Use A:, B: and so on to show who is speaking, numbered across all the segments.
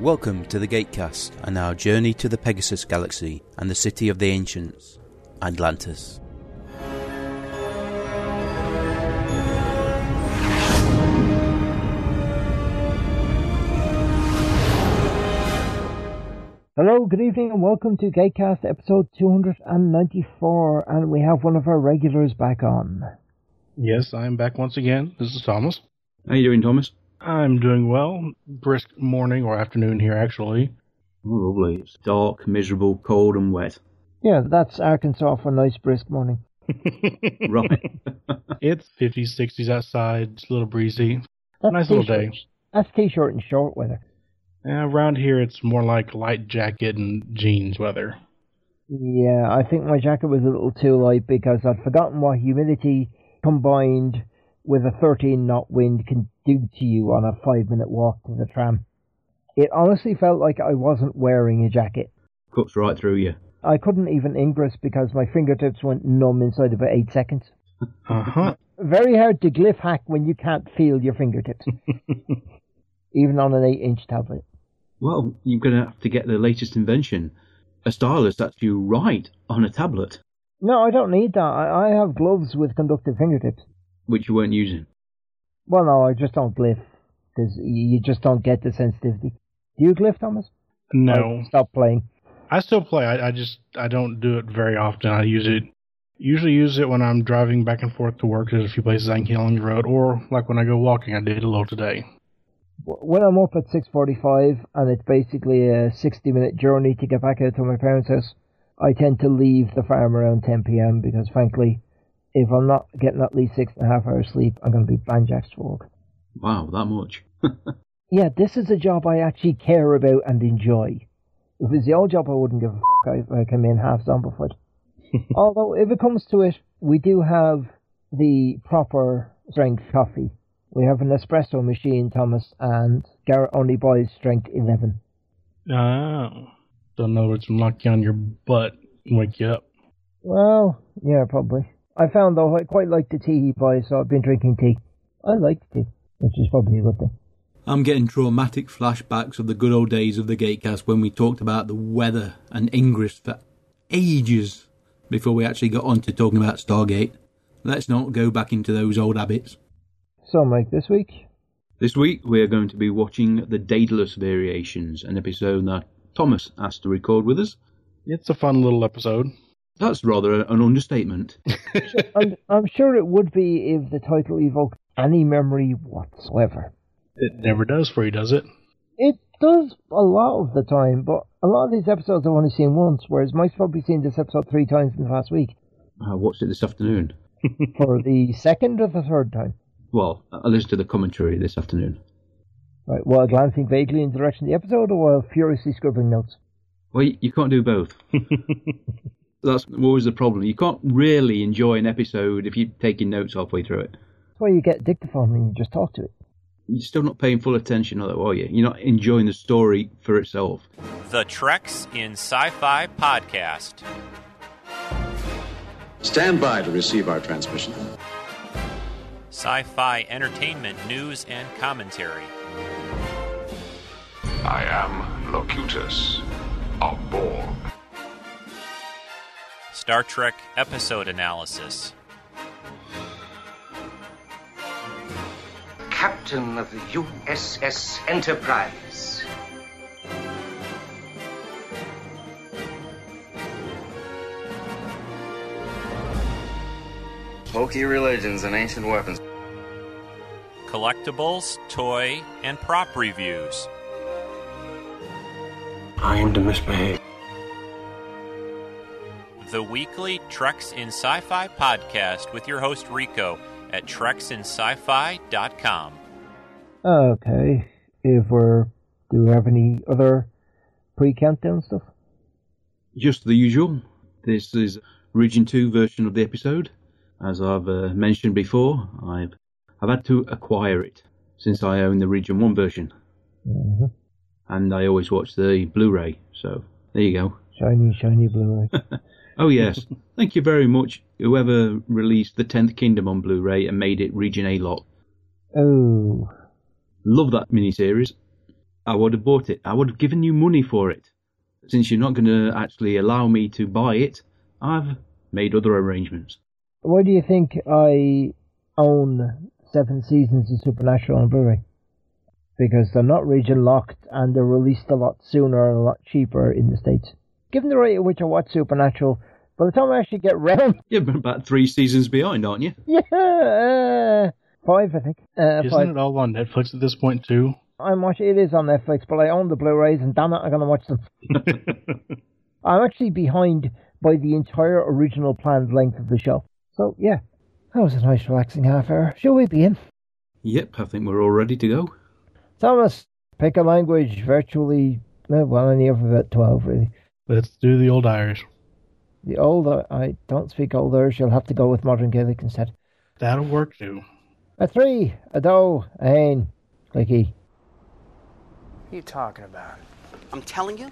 A: Welcome to the Gatecast and our journey to the Pegasus Galaxy and the city of the ancients, Atlantis.
B: Hello, good evening, and welcome to Gatecast episode 294. And we have one of our regulars back on.
C: Yes, I am back once again. This is Thomas.
D: How you doing, Thomas?
C: I'm doing well. Brisk morning or afternoon here, actually.
D: Oh, lovely. It's dark, miserable, cold, and wet.
B: Yeah, that's Arkansas for a nice brisk morning.
D: Right.
C: It's 50s, 60s outside. It's a little breezy.
B: That's
C: Nice little
B: t-shirt-
C: day.
B: That's t shirt and short weather.
C: And around here, it's more like light jacket and jeans weather.
B: Yeah, I think my jacket was a little too light because I'd forgotten what humidity combined with a 13 knot wind can do to you on a five minute walk to the tram. It honestly felt like I wasn't wearing a jacket.
D: Cuts right through you.
B: I couldn't even ingress because my fingertips went numb inside about eight seconds.
C: Uh huh.
B: Very hard to glyph hack when you can't feel your fingertips, even on an eight inch tablet.
D: Well, you're going to have to get the latest invention. A stylus that you write on a tablet,
B: No, I don't need that. I, I have gloves with conductive fingertips.
D: which you weren't using.
B: Well, no, I just don't glyph because you just don't get the sensitivity. Do you glyph, Thomas?
C: no,
B: Oh, stop playing.
C: I still play. I, I just I don't do it very often. I use it usually use it when I'm driving back and forth to work. There's a few places I can get on the road, or like when I go walking. I did a little today.
B: W- When I'm up at 6:45 and it's basically a 60-minute journey to get back out to my parents' house, I tend to leave the farm around 10 p.m. because, frankly, if I'm not getting at least six and a half hours sleep, I'm going to be banjaxed for work.
D: Wow, that much.
B: yeah, this is a job I actually care about and enjoy. If it's the old job, I wouldn't give a fuck if I came in half zombiefied. Although, if it comes to it, we do have the proper strength coffee. We have an espresso machine, Thomas, and Garrett only buys strength 11.
C: Oh. So in other words, I'm knocking on your butt, and wake you up.
B: Well, yeah, probably. I found, though, I quite like the tea he buys, so I've been drinking tea. I like tea, which is probably a good thing.
E: I'm getting traumatic flashbacks of the good old days of the Gatecast when we talked about the weather and Ingress for ages before we actually got on to talking about Stargate. Let's not go back into those old habits.
B: So, Mike, this week,
D: This week, we are going to be watching the Daedalus Variations, an episode that Thomas asked to record with us.
C: It's a fun little episode.
D: That's rather an understatement.
B: I'm, I'm sure it would be if the title evoked any memory whatsoever.
C: It never does for you, does it?
B: It does a lot of the time, but a lot of these episodes I've only seen once, whereas Mike's probably seen this episode three times in the past week.
D: I watched it this afternoon.
B: For the second or the third time.
D: Well, I listened to the commentary this afternoon.
B: Right, while glancing vaguely in the direction of the episode or while furiously scribbling notes.
D: Well, you you can't do both. That's always the problem. You can't really enjoy an episode if you're taking notes halfway through it.
B: That's why you get a dictaphone and you just talk to it.
D: You're still not paying full attention, although, are you? You're not enjoying the story for itself.
F: The Treks in Sci Fi Podcast.
G: Stand by to receive our transmission.
F: Sci fi entertainment news and commentary.
H: I am Locutus of Borg.
F: Star Trek episode analysis.
I: captain of the USS Enterprise.
J: Pokey religions and ancient weapons.
F: Collectibles, toy, and prop reviews.
H: I am to misbehave.
F: The weekly Treks in Sci Fi Podcast with your host Rico at treksinscifi.com.
B: Okay, if we're. Do we have any other pre countdown stuff?
D: Just the usual. This is Region 2 version of the episode. As I've uh, mentioned before, I've, I've had to acquire it since I own the Region 1 version.
B: Mm-hmm.
D: And I always watch the Blu ray, so there you go.
B: Shiny, shiny blue eye.
D: Oh yes, thank you very much. Whoever released the Tenth Kingdom on Blu-ray and made it Region A lot.
B: oh.
D: Love that miniseries. I would have bought it. I would have given you money for it. Since you're not going to actually allow me to buy it, I've made other arrangements.
B: Why do you think I own Seven Seasons of Supernatural on Blu-ray? Because they're not region locked and they're released a lot sooner and a lot cheaper in the States. Given the rate at which I watch Supernatural, by the time I actually get round,
D: You're about three seasons behind, aren't you?
B: yeah, uh, five I think. Uh,
C: Isn't
B: five.
C: it all on Netflix at this point too?
B: I'm watching. It is on Netflix, but I own the Blu-rays, and damn it, I'm gonna watch them. I'm actually behind by the entire original planned length of the show. So yeah, that was a nice relaxing half hour. Shall we begin?
D: Yep, I think we're all ready to go.
B: Thomas, pick a language. Virtually, eh, well, any of about twelve really.
C: Let's do the old Irish.
B: The old I don't speak old Irish. You'll have to go with modern Gaelic instead.
C: That'll work too.
B: A three, a doe, a hen, clicky.
I: What are you talking about?
K: I'm telling you,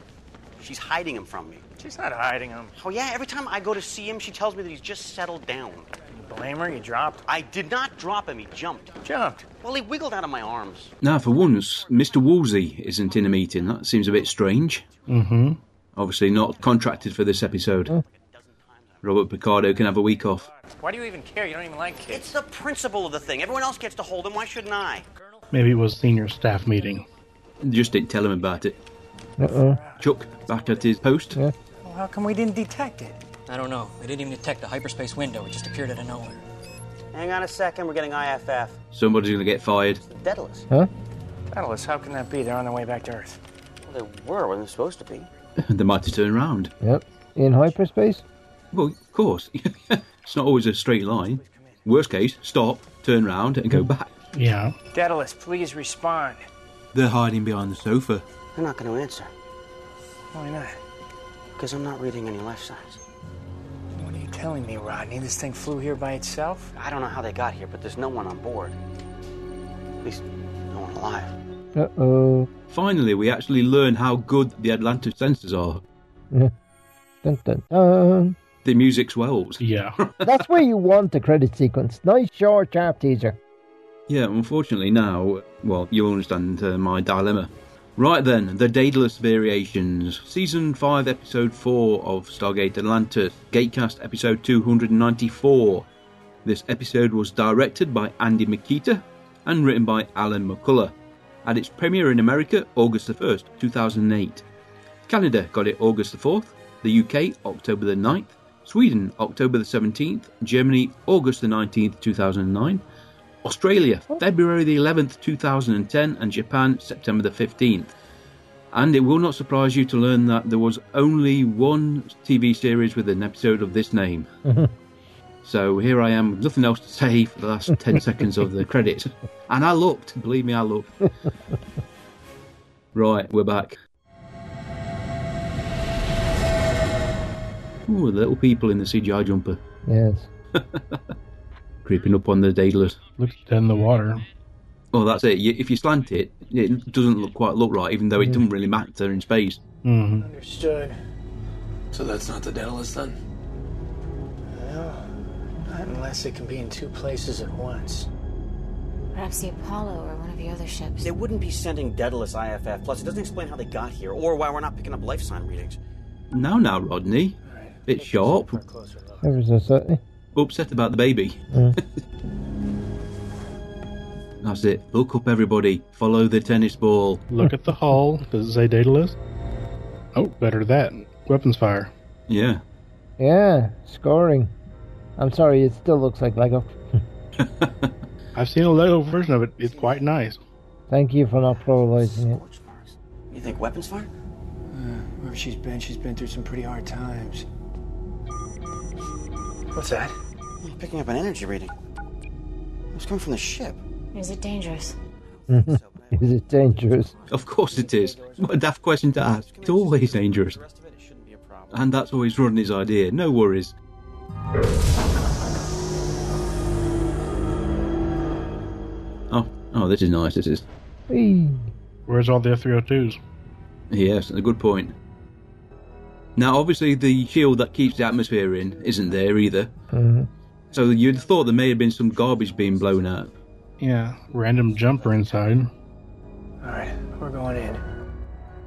K: she's hiding him from me.
I: She's not hiding him.
K: Oh, yeah, every time I go to see him, she tells me that he's just settled down.
I: You blame her, you dropped.
K: I did not drop him, he jumped.
I: Jumped.
K: Well, he wiggled out of my arms.
D: Now, for once, Mr. Woolsey isn't in a meeting. That seems a bit strange.
C: Mm-hmm.
D: Obviously, not contracted for this episode. Robert Picardo can have a week off.
I: Why do you even care? You don't even like kids.
K: It's the principle of the thing. Everyone else gets to hold him, why shouldn't I?
C: Maybe it was senior staff meeting.
D: Just didn't tell him about it.
B: Uh-oh.
D: Chuck back at his post.
B: Yeah.
I: Well, how come we didn't detect it?
L: I don't know. They didn't even detect the hyperspace window. It just appeared out of nowhere.
K: Hang on a second, we're getting IFF.
D: Somebody's going to get fired.
K: The Daedalus.
B: Huh?
I: Atlas, how can that be? They're on their way back to Earth.
K: Well, they were, weren't they supposed to be?
D: they might have turned around.
B: Yep. In hyperspace.
D: Well, of course. it's not always a straight line. Worst case, stop, turn round, and go back.
C: Yeah.
I: Daedalus, please respond.
E: They're hiding behind the sofa.
K: They're not going to answer,
I: Why not?
K: because I'm not reading any life signs.
I: What are you telling me, Rodney? This thing flew here by itself?
K: I don't know how they got here, but there's no one on board. At least, no one alive.
B: Uh oh.
D: Finally, we actually learn how good the Atlantis sensors are.
B: Dun dun dun.
D: The music swells.
C: Yeah.
B: That's where you want the credit sequence. Nice short, sharp teaser.
D: Yeah, unfortunately now, well, you'll understand uh, my dilemma. Right then, the Daedalus Variations, Season 5, Episode 4 of Stargate Atlantis, Gatecast Episode 294. This episode was directed by Andy Makita and written by Alan McCullough. At its premiere in America, August the 1st, 2008. Canada got it August the 4th, the UK October the 9th, Sweden October the 17th, Germany August the 19th, 2009, Australia February the 11th, 2010, and Japan September the 15th. And it will not surprise you to learn that there was only one TV series with an episode of this name. so here I am, with nothing else to say for the last 10 seconds of the credits. And I looked, believe me, I looked. right, we're back. Ooh, the little people in the CGI jumper
B: Yes.
D: creeping up on the Daedalus.
C: Looked in the water.
D: Oh, that's it. You, if you slant it, it doesn't look quite look right, even though it doesn't really matter in space.
C: hmm
I: Understood.
M: So that's not the Daedalus then?
I: No, not unless it can be in two places at once.
N: Perhaps the Apollo or one of the other ships.
K: They wouldn't be sending Daedalus IFF. Plus, it doesn't explain how they got here or why we're not picking up life sign readings.
D: Now, now, Rodney, bit sharp,
I: For a closer look.
B: Ever so slightly.
D: upset about the baby. that's it. Look up, everybody. Follow the tennis ball.
C: Look at the hull. Does it say Daedalus? Oh, better that. Weapons fire.
D: Yeah.
B: Yeah, scoring. I'm sorry, it still looks like Lego.
C: I've seen a Lego version of it. It's quite nice.
B: Thank you for not pluralizing it.
K: Scorch marks. You think weapons fire?
I: Wherever she's been, she's been through some pretty hard times. What's that?
K: I'm picking up an energy reading. It was coming from the ship.
N: Is it dangerous?
K: So, but I-
B: Is it dangerous?
D: Of course it is. What a daft question to ask. It's always dangerous.
K: The rest of it, it shouldn't be a problem.
D: And that's always Rodney's idea. No worries. Oh, oh, this is nice. This is.
B: Whee.
C: Where's all the F302s?
D: Yes, a good point. Now, obviously, the shield that keeps the atmosphere in isn't there either. So you'd have thought there may have been some garbage being blown up.
C: Yeah. Random jumper inside.
I: All right, we're going in.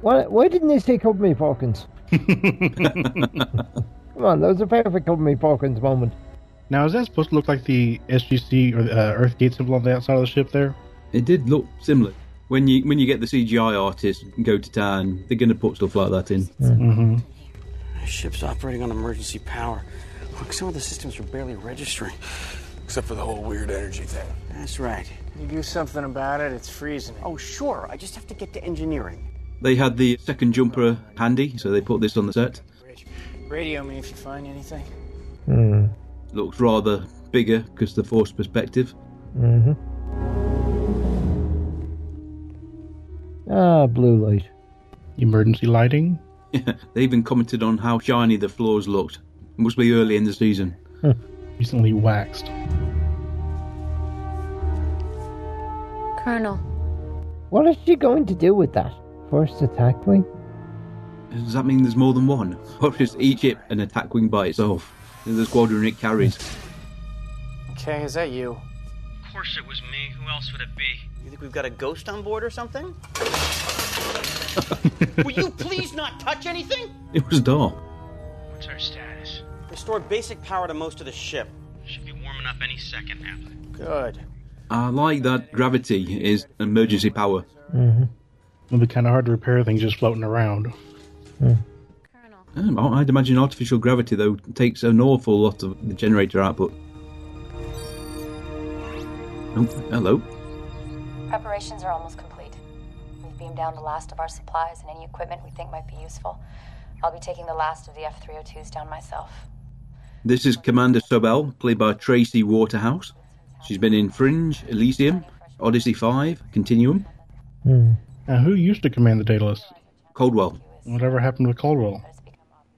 B: Why, why didn't they say Company Falcons? Come on, that was a perfect Company Falcons moment.
C: Now, is that supposed to look like the SGC or the uh, Earthgate symbol on the outside of the ship there?
D: It did look similar. When you when you get the CGI artists go to town, they're going to put stuff like that in.
C: Mm-hmm.
K: ship's operating on emergency power. Look, some of the systems are barely registering.
M: Except for the whole weird energy thing.
K: That's right.
I: You do something about it, it's freezing.
K: Oh, sure. I just have to get to engineering.
D: They had the second jumper handy, so they put this on the set.
I: Radio me if you find anything.
B: Hmm.
D: Looks rather bigger because the force perspective.
B: hmm Ah, blue light.
C: Emergency lighting.
D: they even commented on how shiny the floors looked. It must be early in the season.
C: Recently waxed.
N: Colonel,
B: What is she going to do with that? First attack wing?
D: Does that mean there's more than one? Or is each ship an attack wing by itself? There's the squadron it carries.
I: Okay, is that you?
O: Of course it was me. Who else would it be?
K: You think we've got a ghost on board or something? Will you please not touch anything?
D: It was dark.
O: What's our status?
K: Restore basic power to most of the ship.
O: Should be warming up any second now.
I: Good.
D: I like that gravity is emergency power.
B: Mm-hmm.
C: It'd be kind of hard to repair things just floating around.
D: Um, I- I'd imagine artificial gravity, though, takes an awful lot of the generator output. Oh, hello.
P: Preparations are almost complete. We've beamed down the last of our supplies and any equipment we think might be useful. I'll be taking the last of the F 302s down myself.
D: This is Commander Sobel, played by Tracy Waterhouse. She's been in Fringe, Elysium, Odyssey 5, Continuum,
B: Hmm,
C: Now, who used to command the Daedalus?
D: Coldwell.
C: Whatever happened with Caldwell?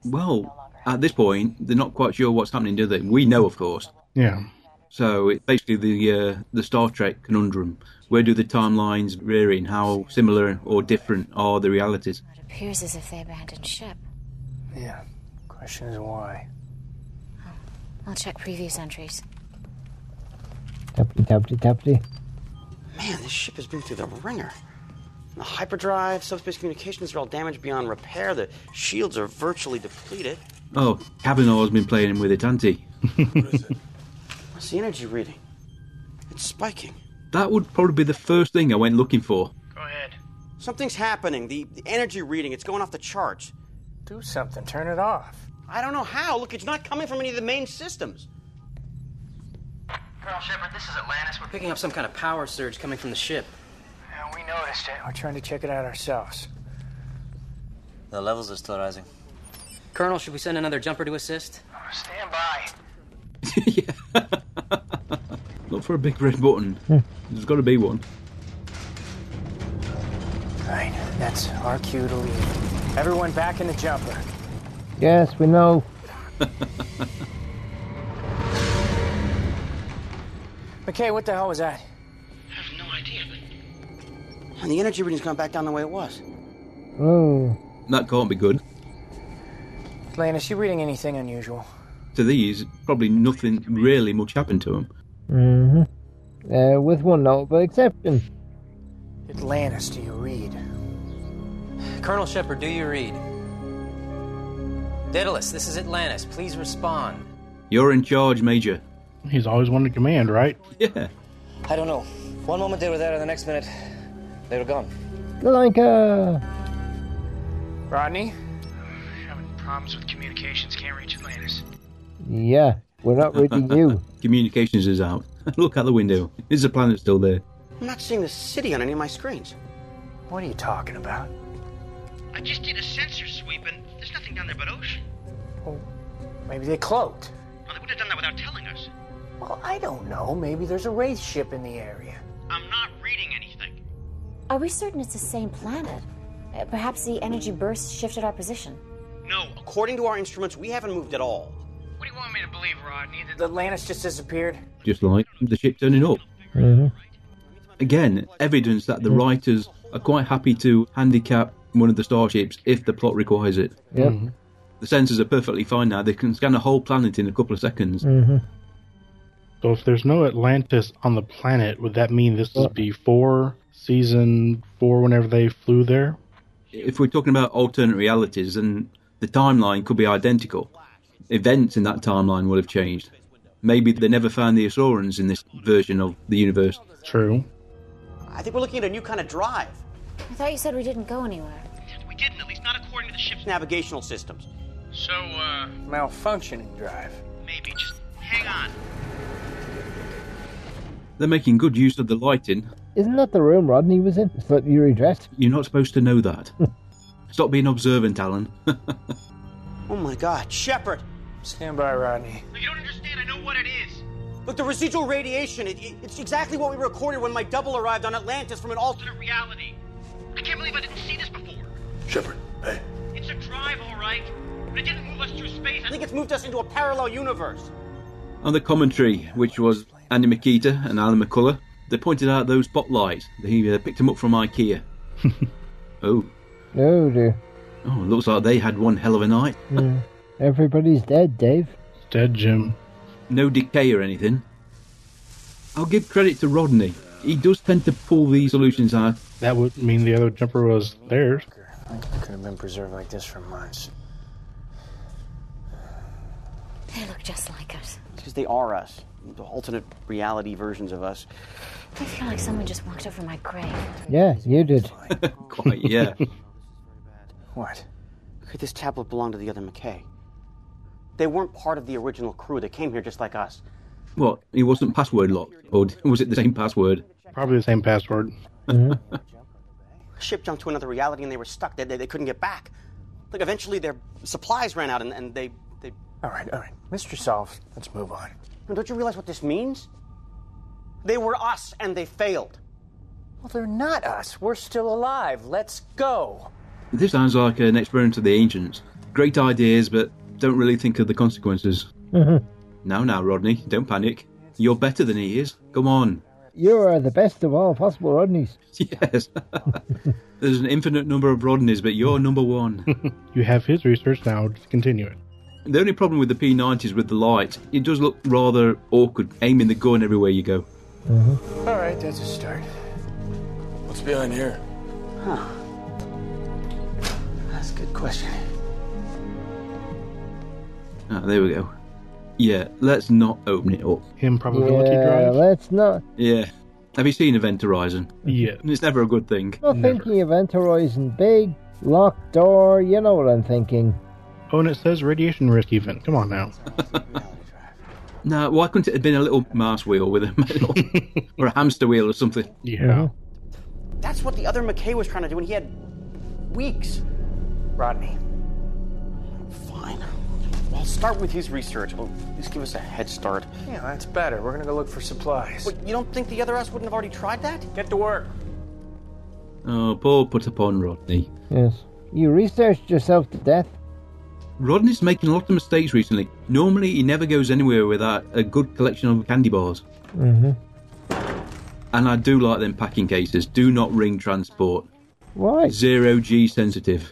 D: Well, at this point, they're not quite sure what's happening, do they? We know, of course.
C: Yeah.
D: So it's basically the uh, the Star Trek conundrum. Where do the timelines vary, and how similar or different are the realities?
N: it appears as if they abandoned ship.
I: Yeah. Question is why.
N: I'll check previous entries.
B: Deputy, deputy, deputy.
K: Man, this ship has been through the ringer. The hyperdrive, subspace communications are all damaged beyond repair. The shields are virtually depleted.
D: Oh, Kavanaugh's been playing with it, hasn't he?
K: What's the energy reading? It's spiking.
D: That would probably be the first thing I went looking for.
O: Go ahead.
K: Something's happening. The, the energy reading, it's going off the charts.
I: Do something, turn it off.
K: I don't know how. Look, it's not coming from any of the main systems.
O: Colonel Shepard, this is Atlantis. We're
J: Picking up some kind of power surge coming from the ship.
O: Yeah, we noticed it.
I: We're trying to check it out ourselves.
K: The levels are still rising.
J: Colonel, should we send another jumper to assist?
O: Stand by.
D: yeah. Look for a big red button. There's got to be one.
I: Right, that's our cue to leave. Everyone back in the jumper.
B: Yes, we know.
I: McKay, what the hell was that?
O: I have no idea, but
K: And the energy reading's gone back down the way it was.
B: Oh,
D: That can't be good.
I: Atlantis, you reading anything unusual?
D: To these, probably nothing really much happened to them.
B: hmm Uh, with one notable exception.
I: Atlantis, do you read?
J: Colonel Shepard, do you read? Daedalus, this is Atlantis. Please respond.
D: You're in charge, Major.
C: He's always wanted command, right?
D: Yeah.
J: I don't know. One moment they were there, and the next minute, they were gone.
B: Like uh, a.
I: Rodney?
O: having problems with communications. Can't reach Atlantis.
B: Yeah, we're not reading you.
D: Communications is out. Look out the window. Is the planet still there?
K: I'm not seeing the city on any of my screens.
I: What are you talking about?
O: I just did a sensor sweep, and there's nothing down there but ocean.
I: Maybe they cloaked.
O: Well, they would have done that without telling us.
I: Well, I don't know. Maybe there's a wraith ship in the area.
O: I'm not reading anything.
N: Are we certain it's the same planet? Uh, Perhaps the energy burst shifted our position.
O: No.
K: According to our instruments, we haven't moved at all.
O: What do you want me to believe, Rodney? That
I: Atlantis just disappeared.
D: Just like the ship turning up.
B: hmm
D: Again, evidence that the writers are quite happy to handicap one of the starships if the plot requires it.
B: Yep.
D: The sensors are perfectly fine now. They can scan a whole planet in a couple of seconds.
B: hmm
C: So if there's no Atlantis on the planet, would that mean this is before season four, whenever they flew there?
D: if we're talking about alternate realities, then the timeline could be identical. Events in that timeline would have changed. Maybe they never found the Asaurans in this version of the universe.
C: True.
I: I think we're looking at a new kind of drive.
Q: I thought you said we didn't go anywhere.
O: We didn't, at least not according to the ship's
I: Navigational systems.
O: So, uh,
K: Malfunctioning drive.
O: maybe just hang on.
D: They're making good use of the lighting.
B: Isn't that the room Rodney was in? But you redressed.
D: You're not supposed to know that. Stop being observant, Alan.
I: Oh my God, Shepard!
K: Stand by, Rodney.
O: You don't understand. I know what it is.
I: Look, the residual radiation, it, it- it's exactly what we recorded when my double arrived on Atlantis from an alternate reality.
O: I can't believe I didn't see this before.
M: Shepard, hey,
O: It's a drive, all right, but it didn't move us through space.
I: I think it's moved us into a parallel universe.
D: On the commentary, which was Andy Makita and Alan McCullough, they pointed out those spotlights. They uh, picked them up from IKEA. oh,
B: Oh dear.
D: oh, looks like they had one hell of a night.
B: Yeah. Everybody's dead, Dave.
C: Dead Jim.
D: No decay or anything. I'll give credit to Rodney. He does tend to pull these solutions out.
C: That would mean the other jumper was theirs.
K: I could have been preserved like this for months.
Q: They look just like us.
I: Because they are us, the alternate reality versions of us.
Q: I feel like someone just walked over my grave.
B: Yeah, you did.
D: Quite, yeah.
K: What?
I: Could this tablet belong to the other McKay? They weren't part of the original crew. They came here just like us.
D: what? He wasn't password locked? Or was it the same password?
C: Probably the same password.
I: A ship jumped to another reality and they were stuck. They, they, they couldn't get back. Look, eventually their supplies ran out and, and they, they.
K: All right, all right. Mystery solved. Let's move on.
I: Don't you realize what this means? They were us and they failed.
K: Well, they're not us. We're still alive. Let's go.
D: This sounds like an experiment of the ancients. Great ideas, but don't really think of the consequences. Now, now, Rodney, don't panic. You're better than he is. Come on.
B: You are the best of all possible Rodneys.
D: Yes. There's an infinite number of Rodneys, but you're number one.
C: You have his research now. Just continue it.
D: the only problem with the P90 is with the light. It does look rather awkward aiming the gun everywhere you go.
K: All right, that's a start.
M: what's behind here?
I: Huh. That's a good question.
D: Ah, there we go. Yeah, let's not open it up.
C: Improbability
B: Yeah,
C: drive.
B: let's not.
D: Yeah. Have you seen Event Horizon?
C: Yeah.
D: It's never a good thing.
B: Not thinking event horizon big locked door. You know what I'm thinking.
C: Oh, and it says radiation risk event. Come on now.
D: Now, why couldn't it have been a little mouse wheel with a metal or a hamster wheel or something?
C: Yeah.
I: That's what the other McKay was trying to do, and he had weeks.
K: Rodney,
I: Fine. I'll start with his research. Well, just give us a head start.
K: yeah, that's better. We're gonna go look for supplies.
I: But you don't think the other us wouldn't have already tried that?
K: Get to work.
D: Oh, poor put upon Rodney.
B: Yes. You researched yourself to death.
D: Rodney's making a lot of mistakes recently. Normally, he never goes anywhere without a good collection of candy bars.
B: Mm-hmm.
D: And I do like them packing cases. Do not ring transport.
B: Why?
D: Zero G sensitive.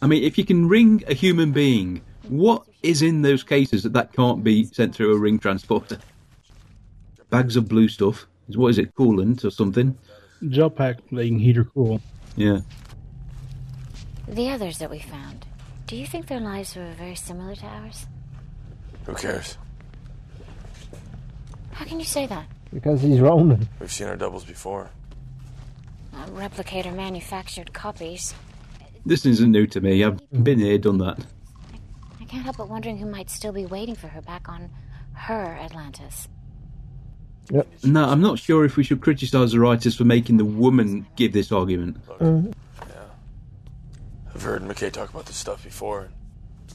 D: I mean, if you can ring a human being, what is in those cases that that can't be sent through a ring transporter? Bags of blue stuff. What is it? Coolant or something?
C: Gel pack that you can heat or cool.
D: Yeah.
Q: The others that we found. Do you think their lives were very similar to ours?
M: Who cares?
Q: How can you say that?
B: Because he's Roman.
M: We've seen our doubles before.
Q: Uh, replicate or manufactured copies.
D: This isn't new to me. I've been here, done that.
Q: I can't help but wondering who might still be waiting for her back on her Atlantis.
D: No, I'm not sure if we should criticise the writers for making the woman give this argument.
M: I've heard McKay talk about this stuff before.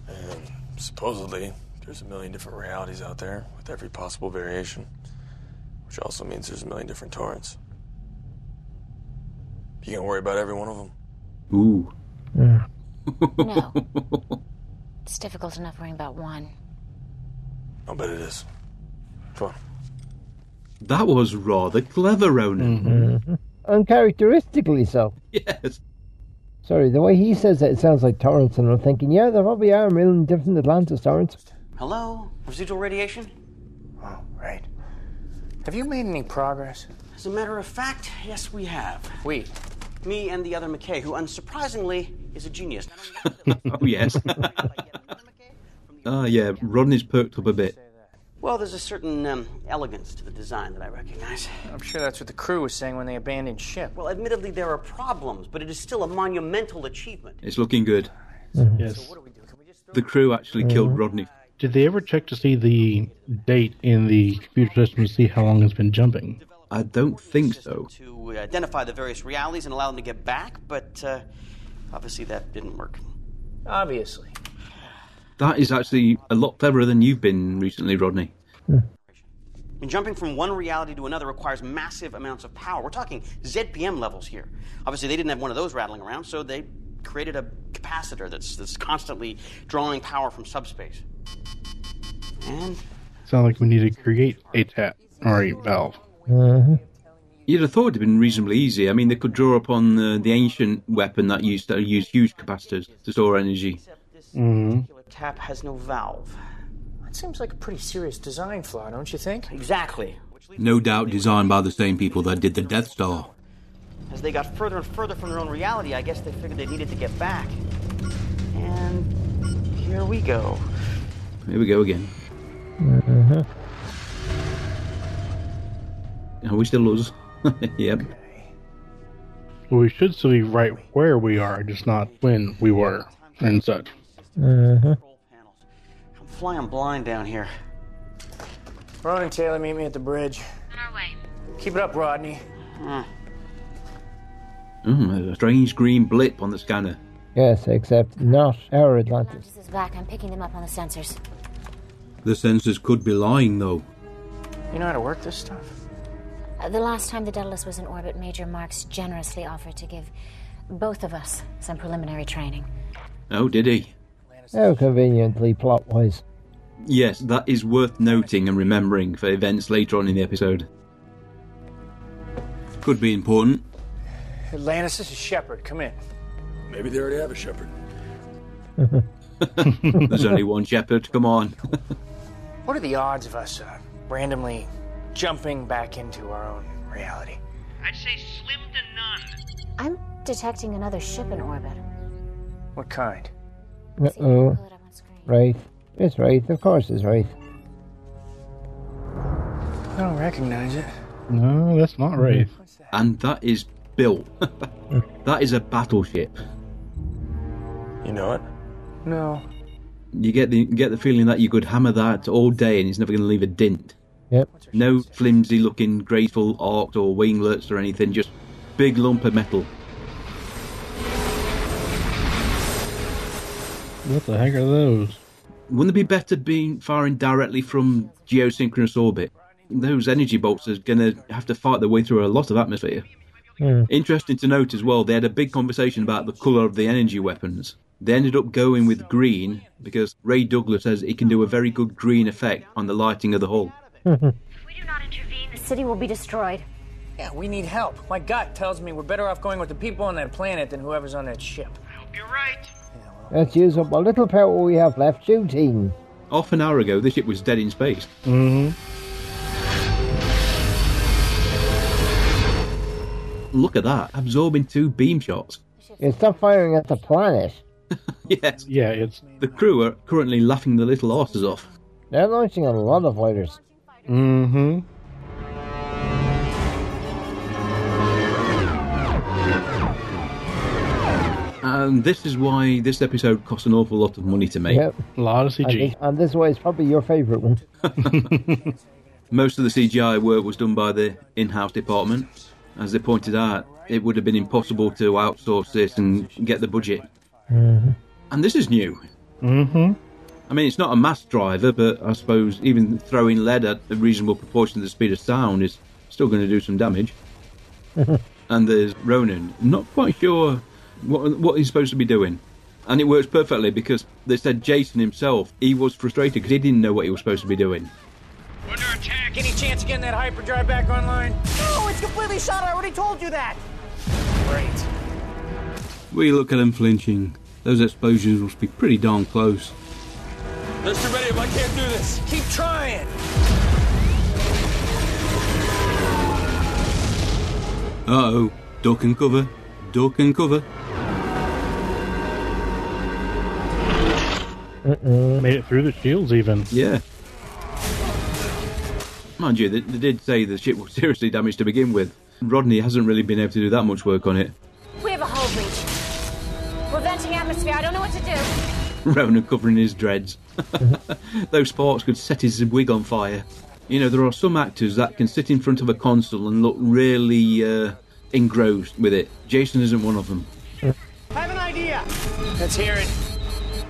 M: And supposedly, there's a million different realities out there with every possible variation, which also means there's a million different torrents. You gonna worry about every one of them?
D: Ooh.
Q: No. it's difficult enough worrying about one.
M: I'll bet it is. Come on.
D: That was rather clever, Ronan.
B: Uncharacteristically so.
D: Yes.
B: Sorry, the way he says it, it sounds like Torrance, and I'm thinking, yeah, there probably are a million different Atlantis Torrance.
I: Hello? Residual radiation?
K: Oh, right. Have you made any progress?
I: As a matter of fact, yes, we have.
K: We.
I: me and the other McKay, who unsurprisingly is a genius.
D: oh yes. Ah yeah, Rodney's perked up a bit.
I: Well, there's a certain um, elegance to the design that I recognize.
K: I'm sure that's what the crew was saying when they abandoned ship.
I: Well, admittedly, there are problems, but it is still a monumental achievement.
D: It's looking good.
C: Yes.
D: The crew actually killed Rodney.
C: Did they ever check to see the date in the computer system to see how long it's been jumping?
D: I don't think so.
I: To identify the various realities and allow them to get back, but uh, obviously that didn't work.
K: Obviously.
D: That is actually a lot cleverer than you've been recently, Rodney.
I: And jumping from one reality to another requires massive amounts of power. We're talking ZPM levels here. Obviously, they didn't have one of those rattling around, so they created a capacitor that's, that's constantly drawing power from subspace. And
C: Sound like we need to create a tap or a valve.
D: You'd have thought it'd been reasonably easy. I mean, they could draw upon the, the ancient weapon that used to use huge capacitors to store energy.
I: mm tap has no valve.
K: That seems like a pretty serious design flaw, don't you think?
I: Exactly.
R: No doubt designed by the same people that did the Death Star.
I: As they got further and further from their own reality, I guess they figured they needed to get back. And here we go.
D: Here we go again. Mm-hmm. Are we still us? yep.
C: Well, we should still be right where we are, just not when we were and such.
I: I'm flying blind down here.
K: Ron and Taylor meet me at the bridge. Keep it up, Rodney.
D: Mm, a strange green blip on the scanner.
B: Yes, except not our Atlantis.
O: This is black. I'm picking them up on the sensors.
R: The sensors could be lying, though.
K: You know how to work this stuff?
O: Uh, the last time the Daedalus was in orbit, Major Marks generously offered to give both of us some preliminary training.
D: Oh, did he?
B: How conveniently plot wise.
D: Yes, that is worth noting and remembering for events later on in the episode.
R: Could be important.
K: Atlantis, this is Shepard. Come in.
M: Maybe they already have a shepherd.
D: There's only one shepherd. Come on.
K: What are the odds of us uh, randomly jumping back into our own reality?
S: I'd say slim to none.
O: I'm detecting another ship in orbit.
K: What kind?
B: Uh oh. Wraith. It's Wraith. Of course it's Wraith.
K: I don't recognize it.
C: No, that's not right.
D: And that is built. that is a battleship.
M: You know it?
K: No.
D: You get the get the feeling that you could hammer that all day and it's never going to leave a dint.
B: Yep.
D: No flimsy looking graceful arcs or winglets or anything. Just big lump of metal.
C: What the heck are those?
D: Wouldn't it be better being firing directly from geosynchronous orbit? Those energy bolts are going to have to fight their way through a lot of atmosphere. Interesting to note as well, they had a big conversation about the colour of the energy weapons. They ended up going with green because Ray Douglas says it can do a very good green effect on the lighting of the hull.
O: If we do not intervene, the city will be destroyed.
K: Yeah, we need help. My gut tells me we're better off going with the people on that planet than whoever's on that ship.
S: You're right.
B: Let's use up what little power we have left shooting.
D: Half an hour ago, this ship was dead in space. Look at that, absorbing two beam shots.
B: It's not firing at the planet.
D: Yes,
C: Yeah, it's
D: the crew are currently laughing their little asses off.
B: They're launching a lot of fighters.
C: Mm-hmm.
D: And this is why this episode cost an awful lot of money to make.
B: Yep.
C: a lot of
B: And
C: CG.
B: this, and this one is probably your favourite one.
D: Most of the CGI work was done by the in house department. As they pointed out, it would have been impossible to outsource this and get the budget. And this is new.
C: Mm-hmm.
D: I mean, it's not a mass driver, but I suppose even throwing lead at a reasonable proportion of the speed of sound is still going to do some damage. and there's Ronan. Not quite sure what, what he's supposed to be doing. And it works perfectly because they said Jason himself, he was frustrated because he didn't know what he was supposed to be doing.
S: Under attack.
K: Any chance of getting that hyperdrive back online?
I: No, it's completely shot. I already told you that.
K: Great.
R: We look at them flinching. Those explosions must be pretty darn close.
M: There's too many of them. I can't do this.
K: Keep trying.
R: Uh oh, duck and cover.
E: duck and cover.
C: Uh-uh. Made it through the shields, even.
D: Yeah. Mind you, they, they did say the ship was seriously damaged to begin with. Rodney hasn't really been able to do that much work on it.
N: We have a hull breach. We're venting atmosphere. I don't know what to do.
D: Ronan covering his dreads. Those sparks could set his wig on fire. You know, there are some actors that can sit in front of a console and look really uh, engrossed with it. Jason isn't one of them.
J: I have an idea. Let's hear it.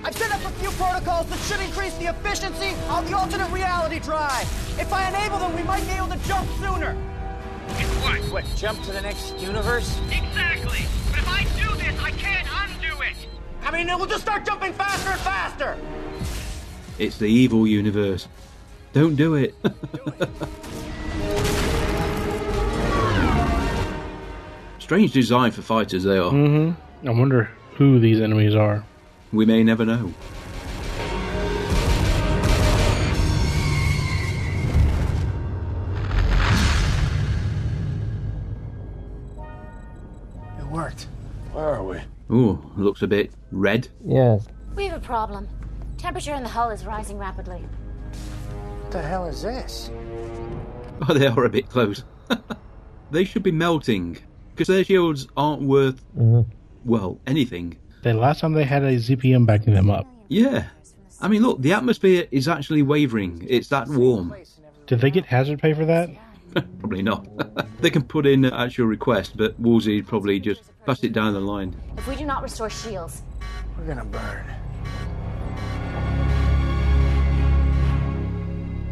J: I've set up a few protocols that should increase the efficiency of the alternate reality drive. If I enable them, we might be able to jump sooner.
O: What?
J: What, jump to the next universe?
O: Exactly. But if I do this, I can't undo it.
J: I mean, we'll just start jumping faster and faster.
D: It's the evil universe. Don't do it. Strange design for fighters they are.
C: Mm-hmm. I wonder who these enemies are.
D: We may never know.
J: It worked.
M: Where are we?
D: Ooh, looks a bit red.
B: Yes.
N: We have a problem. Temperature in the hull is rising rapidly.
J: What the hell is this?
D: Oh, they are a bit close. they should be melting because their shields aren't worth, well, anything.
C: The last time they had a ZPM backing them up.
D: Yeah. I mean, look, the atmosphere is actually wavering. It's that warm.
C: Did they get hazard pay for that?
D: Probably not. they can put in an actual request, but Woolsey probably just pass it down the line.
N: If we do not restore shields,
J: We're gonna burn.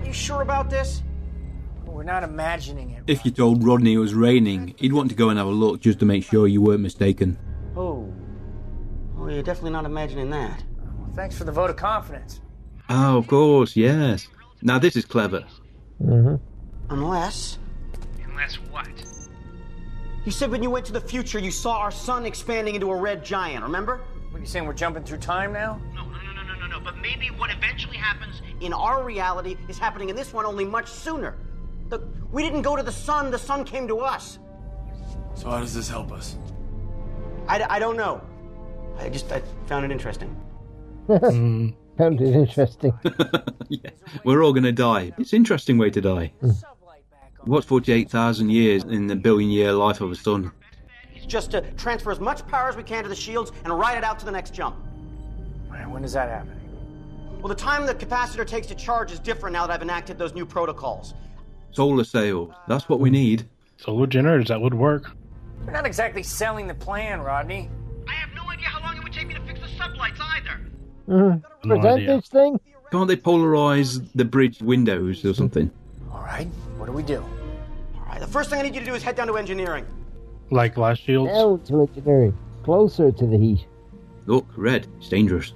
J: You sure about this? We're not imagining it.
E: If you told Rodney it was raining, he'd want to go and have a look just to make sure you weren't mistaken.
K: Oh. Well, you're definitely not imagining that.
J: Thanks for the vote of confidence.
D: Oh, of course, yes. Now, this is clever.
K: Unless.
O: Unless what?
K: You said when you went to the future, you saw our sun expanding into a red giant, remember?
J: What are you saying? We're jumping through time now?
O: No, no, no, no, no, no, no. But maybe what eventually happens.
K: In our reality, is happening in this one only much sooner. Look, we didn't go to the sun, the sun came to us.
M: So how does this help us?
K: I, I don't know. I just I found it interesting.
B: Found it interesting.
D: yeah. We're all going to die. It's an interesting way to die. What's 48,000 years in the billion year life of a sun?
K: It's just to transfer as much power as we can to the shields and ride it out to the next jump.
J: Man, when does that happen?
K: Well, the time the capacitor takes to charge is different now that I've enacted those new protocols.
D: Solar sails. That's what we need.
C: Solar generators, that would work.
J: You're not exactly selling the plan, Rodney.
O: I have no idea how long it would take me to fix the sublights either.
C: No idea.
B: Percentage thing?
D: Can't they polarize the bridge windows or something?
J: All right, what do we do?
K: All right, the first thing I need you to do is head down to engineering.
C: Like glass shields.
B: Down to engineering. Closer to the heat.
D: Look, red. It's dangerous.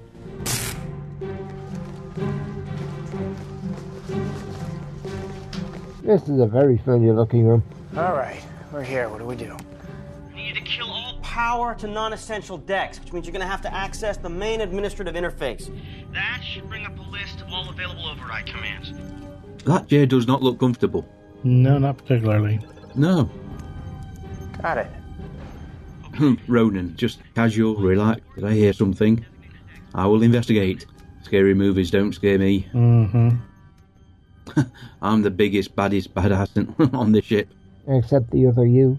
B: This is a very familiar looking room.
J: All right, we're here. What do we do?
K: You need to kill all power to non essential decks, which means you're going to have to access the main administrative interface.
O: That should bring up a list of all available override commands.
D: That chair does not look comfortable.
C: No, not particularly.
D: No.
J: Got it.
D: Ronan, just casual, relax. Did I hear something? I will investigate. Scary movies don't scare me.
C: Mm-hmm.
D: I'm the biggest, baddest badass on the ship.
B: Except the other you.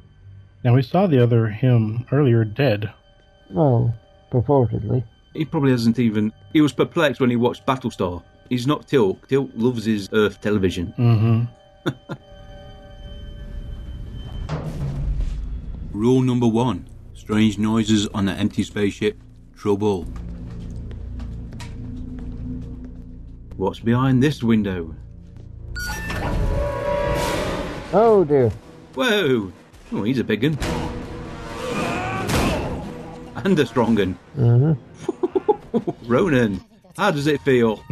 C: Now we saw the other him earlier dead.
B: Well, purportedly.
D: He probably hasn't even. He was perplexed when he watched Battlestar. He's not Tilk. Tilk loves his Earth television.
C: Mm-hmm.
E: Rule number one strange noises on an empty spaceship. Trouble.
D: What's behind this window?
B: Oh dear.
D: Whoa! Oh, he's a big un. And a strong un. Ronan, how does it feel?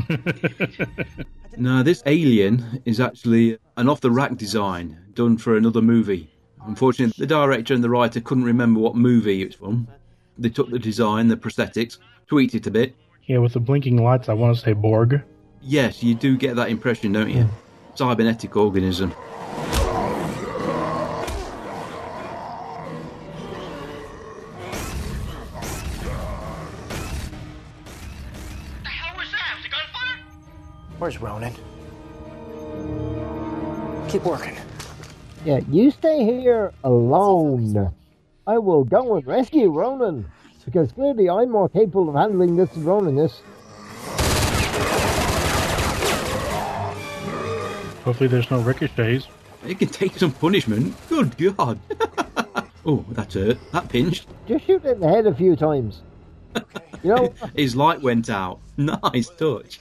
D: no, this alien is actually an off the rack design done for another movie. Unfortunately, the director and the writer couldn't remember what movie it's from. They took the design, the prosthetics, tweaked it a bit.
C: Yeah, with the blinking lights, I want to say Borg.
D: Yes, you do get that impression, don't you? Cybernetic organism.
I: Where's Ronan? Keep working.
B: Yeah, you stay here alone. I will go and rescue Ronan. Because clearly I'm more capable of handling this than Ronan is.
C: Hopefully, there's no ricochets.
D: It can take some punishment. Good God. oh, that hurt. That pinched.
B: Just shoot it in the head a few times. You know,
D: His light went out. Nice touch.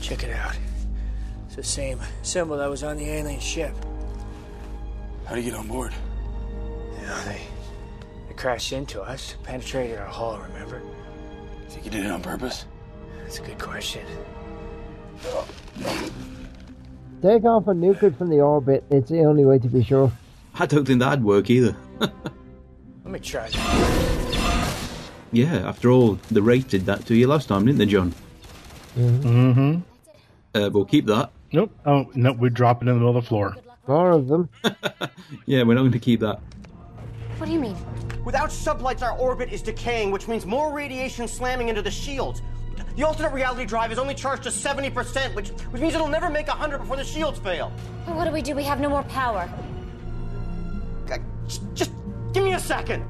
I: Check it out. It's the same symbol that was on the alien ship.
M: How do you get on board?
I: Yeah, they they crashed into us, penetrated our hull. Remember?
M: Think you did it on purpose?
I: That's a good question.
B: take off and nuke it from the orbit. It's the only way to be sure.
D: I don't think that'd work either.
I: Let me try. that.
D: Yeah, after all, the raid did that to you last time, didn't they, John?
C: Mm-hmm.
D: Uh, we'll keep that.
C: Nope. Oh, nope. We drop it in the middle of the floor.
B: Four of them.
D: Yeah, we're not going to keep that.
N: What do you mean?
K: Without sublights, our orbit is decaying, which means more radiation slamming into the shields. The alternate reality drive is only charged to 70%, which, which means it'll never make 100 before the shields fail.
N: But what do we do? We have no more power.
K: God, j- just give me a second.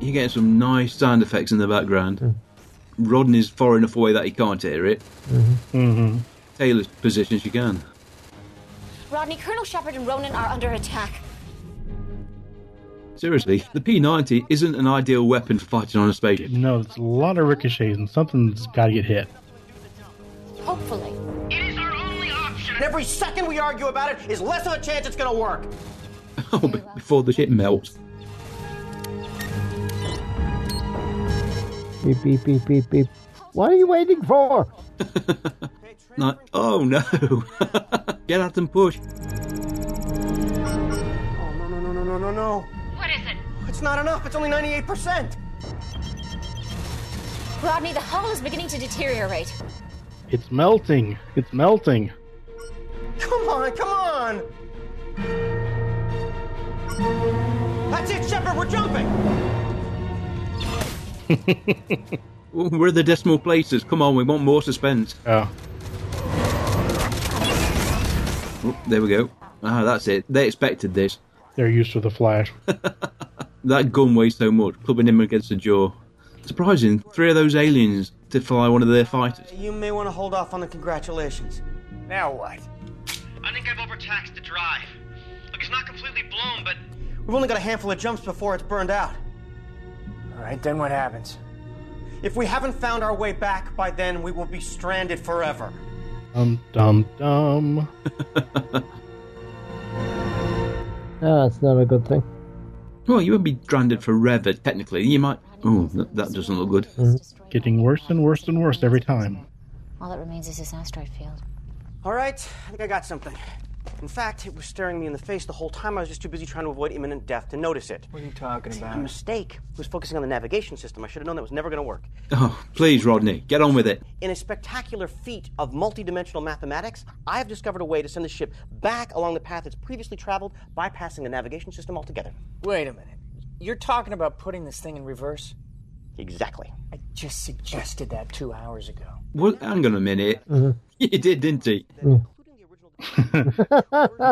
D: You get some nice sound effects in the background.
C: Mm.
D: Rodney's far enough away that he can't hear it.
C: Mm-hmm.
D: Taylor's positions you can.
N: Rodney, Colonel Shepard and Ronan are under attack.
D: Seriously, the P90 isn't an ideal weapon for fighting on a spaceship.
C: No, it's a lot of ricochets, and something's got to get hit.
N: Hopefully.
K: And every second we argue about it is less of a chance it's gonna work.
D: Oh, be- before the ship melts.
B: Beep, beep, beep, beep, beep. What are you waiting for?
D: Not, oh no! Get out and push.
K: Oh, no, no, no, no, no, no, no.
O: What is it?
K: It's not enough. It's only 98%.
N: Rodney, the hull is beginning to deteriorate.
C: It's melting. It's melting.
K: Come on, come on. That's it, Shepard. We're jumping.
D: We're the decimal places. Come on, we want more suspense.
C: Oh.
D: Oh, There we go. Ah, that's it. They expected this.
C: They're used to the flash.
D: That gun weighs so much, clubbing him against the jaw. Surprising, three of those aliens to fly one of their fighters.
K: You may want to hold off on the congratulations.
I: Now what?
O: I think I've overtaxed the drive. Look, it's not completely blown, but
K: We've only got a handful of jumps before it's burned out.
I: All right, then what happens?
K: If we haven't found our way back by then, we will be stranded forever.
C: Dum dum dum.
B: No, that's Ah, not a good thing.
D: Well, you won't be stranded forever, technically. You might. Oh, that, that doesn't look good.
I: Mm-hmm.
C: Getting worse and worse and worse every time.
N: All that remains is this asteroid field.
K: All right, I think I got something. In fact, it was staring me in the face the whole time. I was just too busy trying to avoid imminent death to notice it.
I: What are you talking
K: A
I: about?
K: mistake. I was focusing on the navigation system. I should have known that was never going to work.
D: Oh, please, Rodney, get on with it.
K: In a spectacular feat of multidimensional mathematics, I have discovered a way to send the ship back along the path it's previously traveled, bypassing the navigation system altogether.
I: Wait a minute. You're talking about putting this thing in reverse?
K: Exactly.
I: I just suggested that two hours ago.
D: Well, hang on a minute. You did, didn't he?
C: N-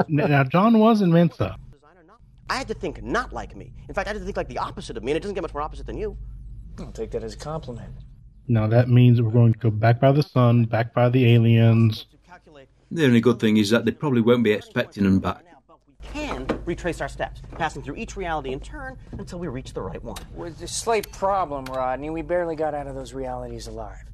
C: Now, John was in Mensa.
K: I had to think not like me. In fact, I had to think like the opposite of me, and it doesn't get much more opposite than you.
I: I'll take that as a compliment.
C: Now, that means we're going to go back by the sun, back by the aliens.
D: The only good thing is that they probably won't be expecting him
K: uh,
D: back.
K: Can retrace our steps, passing through each reality in turn until we reach the right one.
I: With the slight problem, Rodney, we barely got out of those realities alive.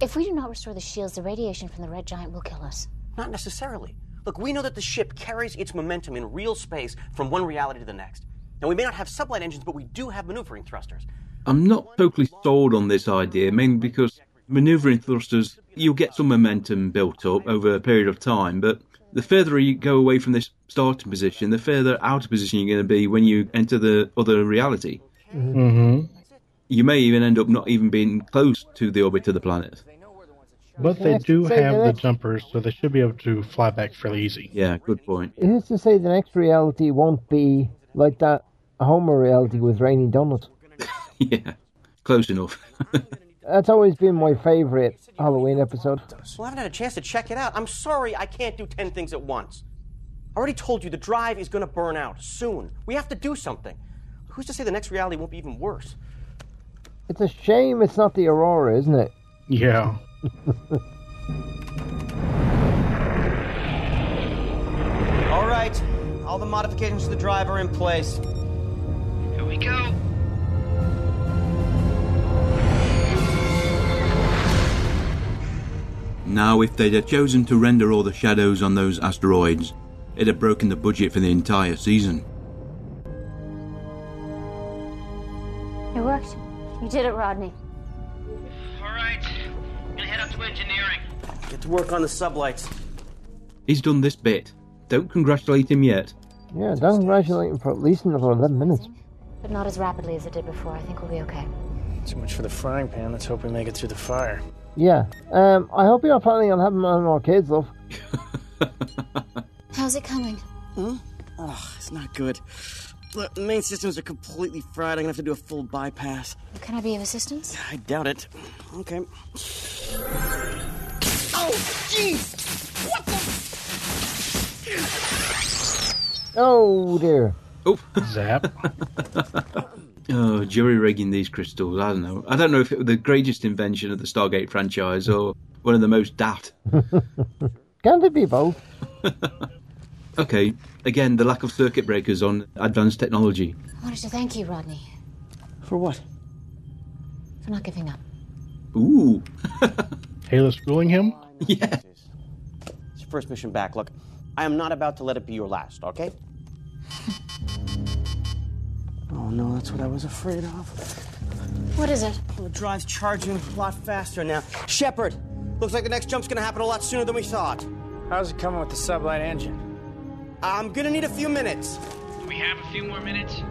N: If we do not restore the shields, the radiation from the red giant will kill us.
K: Not necessarily. Look, we know that the ship carries its momentum in real space from one reality to the next. Now, we may not have sublight engines, but we do have maneuvering thrusters.
D: I'm not totally sold on this idea, mainly because maneuvering thrusters, you'll get some momentum built up over a period of time, but the further you go away from this starting position, the further out of position you're going to be when you enter the other reality.
C: Mm-hmm.
D: You may even end up not even being close to the orbit of the planet.
C: But they do have the jumpers, so they should be able to fly back fairly easy.
D: Yeah, good point.
B: Who's to say the next reality won't be like that Homer reality with Raining Donuts?
D: Yeah, close enough.
B: Uh, that's always been my favorite Halloween episode.
K: Well, I haven't had a chance to check it out. I'm sorry, I can't do 10 things at once. I already told you the drive is going to burn out soon. We have to do something. Who's to say the next reality won't be even worse?
B: It's a shame it's not the Aurora, isn't it?
C: Yeah.
K: All right, all the modifications to the drive are in place.
O: Here we go.
E: Now, if they'd have chosen to render all the shadows on those asteroids, it'd have broken the budget for the entire season.
N: It worked. You did it, Rodney.
O: All right, I'm gonna head up to engineering.
K: Get to work on the sublights.
D: He's done this bit. Don't congratulate him yet.
B: Yeah, don't congratulate him for at least another 11 minutes.
N: But not as rapidly as it did before. I think we'll be okay.
I: Too much for the frying pan. Let's hope we make it through the fire.
B: Yeah. Um, I hope you're not planning on having more kids, love.
N: How's it coming?
K: Huh? Oh, it's not good. Look, the main systems are completely fried. I'm gonna have to do a full bypass.
N: Can I be of assistance?
K: I doubt it. Okay. Oh, jeez! What the?
B: Oh dear.
D: Oh,
C: zap.
D: oh, jury rigging these crystals. I don't know. I don't know if it was the greatest invention of the Stargate franchise or one of the most daft.
B: Can they be both?
D: Okay, again, the lack of circuit breakers on advanced technology.
N: I wanted to thank you, Rodney,
K: For what?
N: for not giving up.
D: Ooh.
C: Halo schooling him?
D: Yeah.
K: It's your first mission back. Look, I am not about to let it be your last, okay? oh no, that's what I was afraid of.
N: What is it?
K: Well, the drive's charging a lot faster now. Shepard! Looks like the next jump's gonna happen a lot sooner than we thought.
I: How's it coming with the sublight engine?
K: I'm gonna need a few minutes.
O: Do we have a few more minutes?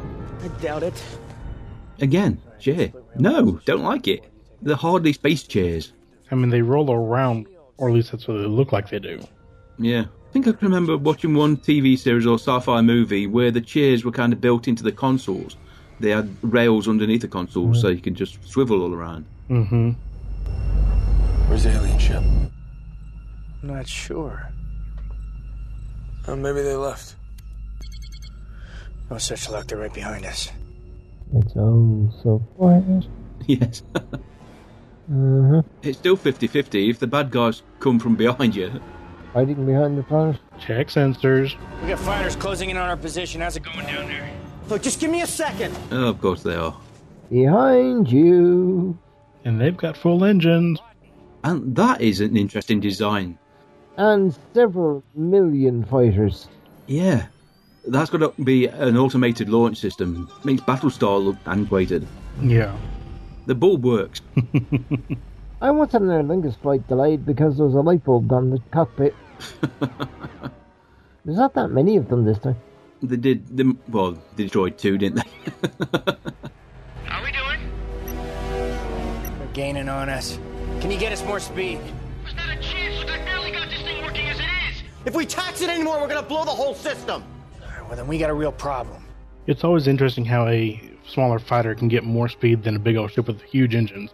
K: I doubt it.
D: Again, chair. No, don't like it. They're hardly space chairs.
C: I mean, they roll around, or at least that's what they look like they do.
D: Yeah. I think I can remember watching one TV series or sci fi movie where the chairs were kind of built into the consoles. They had rails underneath the consoles so you could just swivel all around.
C: Mm-hmm.
M: Where's the alien ship?
I: I'm not sure.
M: Oh, maybe they left.
I: No such luck. They're right behind us.
B: It's oh so quiet.
D: Yes.
B: Uh-huh.
D: it's still 50 50 if the bad guys come from behind you.
B: Hiding behind the planet.
C: Check sensors.
I: We got fighters closing in on our position. How's it going down there?
K: Look, just give me a second.
D: Oh, of course they are.
B: Behind you.
C: And they've got full engines.
D: And that is an interesting design.
B: And several million fighters.
D: Yeah. That's got to be an automated launch system. Makes Battlestar look antiquated.
C: Yeah.
D: The bulb works.
B: I once had an Aer Lingus flight delayed because there was a light bulb down the cockpit. There's not that many of them this time.
D: They did, they, well, they destroyed two, didn't they?
O: How we doing?
I: They're gaining on us. Can you get us more speed?
O: There's not a chance. Look, I barely got this thing working as it is.
K: If we tax it anymore, we're gonna blow the whole system.
I: All right, well, then we got a real problem.
C: It's always interesting how a smaller fighter can get more speed than a big old ship with huge engines.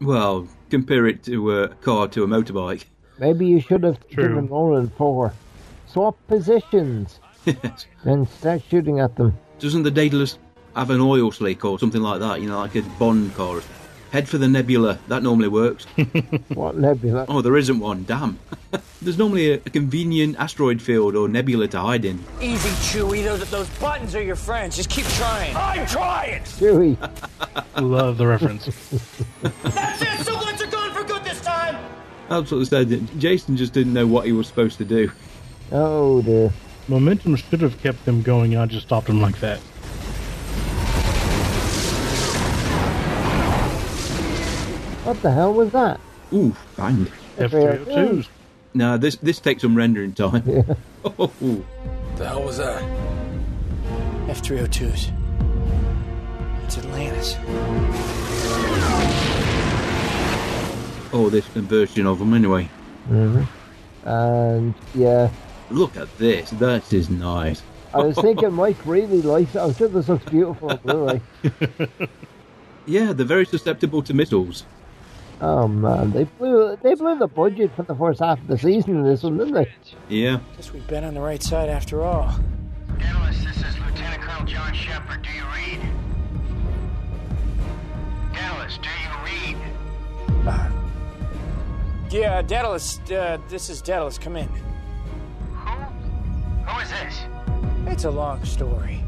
D: well, compare it to a car to a motorbike.
B: Maybe you should have
C: True.
B: given Nolan four. Swap positions. Then start shooting at them.
D: Doesn't the Daedalus have an oil slick or something like that? You know, like a Bond car. Head for the nebula. That normally works.
B: What nebula?
D: oh, there isn't one. Damn. There's normally a, a convenient asteroid field or nebula to hide in.
I: Easy, Chewie. Those, those buttons are your friends. Just keep trying.
O: I'm trying.
B: Chewie.
C: Love the reference.
K: That's it! Sublights are gone for good this time!
D: Absolutely said it. Jason just didn't know what he was supposed to do.
B: Oh dear.
C: Momentum should have kept them going, and I just stopped them like that.
B: What the hell was that?
D: Ooh, bang.
C: F-302s.
D: Now this this takes some rendering time. oh,
M: The hell was that?
I: F 302s. It's Atlantis.
D: oh, this version of them anyway.
B: And yeah,
D: Look at this. That is nice.
B: I was thinking Mike really likes it. I'm sure this looks beautiful on Blu-ray.
D: Yeah, they're very susceptible to missiles.
B: Oh man, they blew they blew the budget for the first half of the season in this one, didn't they?
D: Yeah.
I: Guess we've been on the right side after all.
O: Analyst, this is Lieutenant Colonel John Shepard. Do you read? Dallas, do you read?
I: Yeah, Daedalus, uh, this is Daedalus. Come in.
O: Who is this?
I: It's a long story.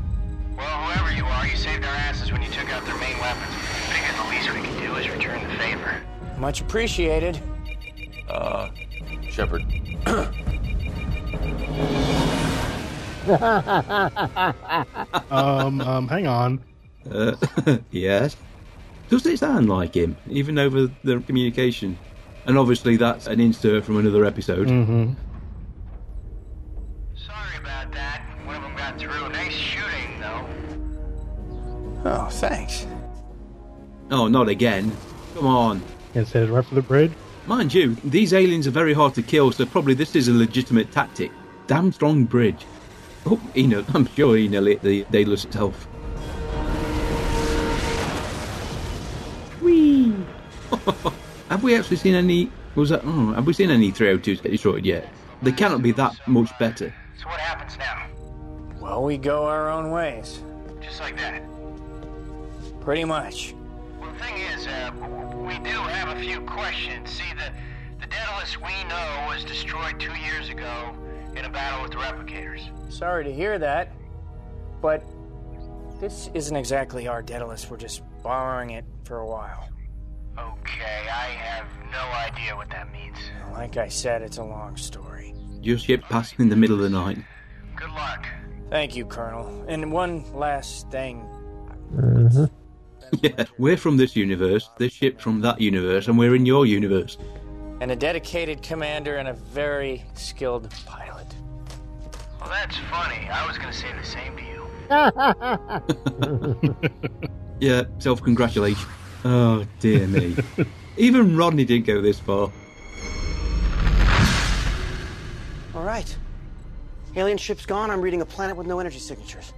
O: Well, whoever you are, you saved our asses when you took out their main weapons. I figure the least we can do is return the favor.
I: Much appreciated.
M: Uh, Shepard.
C: um, um, hang on.
D: Uh, yes. Does it sound like him, even over the communication? And obviously, that's an insert from another episode.
C: Mm-hmm.
O: One of them got through. Nice shooting, though.
I: Oh, thanks.
D: Oh, not again. Come on.
C: It's headed right for the bridge.
D: Mind you, these aliens are very hard to kill, so probably this is a legitimate tactic. Damn strong bridge. Oh, he know, I'm sure he nearly hit the Daedalus itself. Whee! have we actually seen any. Was that. Oh, have we seen any 302s get destroyed yet? They cannot be that much better.
O: So what happens now?
I: Well, we go our own ways.
O: Just like that.
I: Pretty much.
O: Well, the thing is, uh, we do have a few questions. See, the, the Daedalus we know was destroyed two years ago in a battle with the replicators.
I: Sorry to hear that, but this isn't exactly our Daedalus. We're just borrowing it for a while.
O: Okay, I have no idea what that means.
I: Like I said, it's a long story.
D: Your ship passing in the middle of the night.
O: Good luck.
I: Thank you, Colonel. And one last thing.
D: Yeah, we're from this universe, this ship's from that universe, and we're in your universe.
I: And a dedicated commander and a very skilled pilot.
O: Well, that's funny. I was going to say the same to you.
D: Yeah, self congratulation. Oh, dear me. Even Rodney didn't go this far.
K: All right. Alien ship's gone. I'm reading a planet with no energy signatures.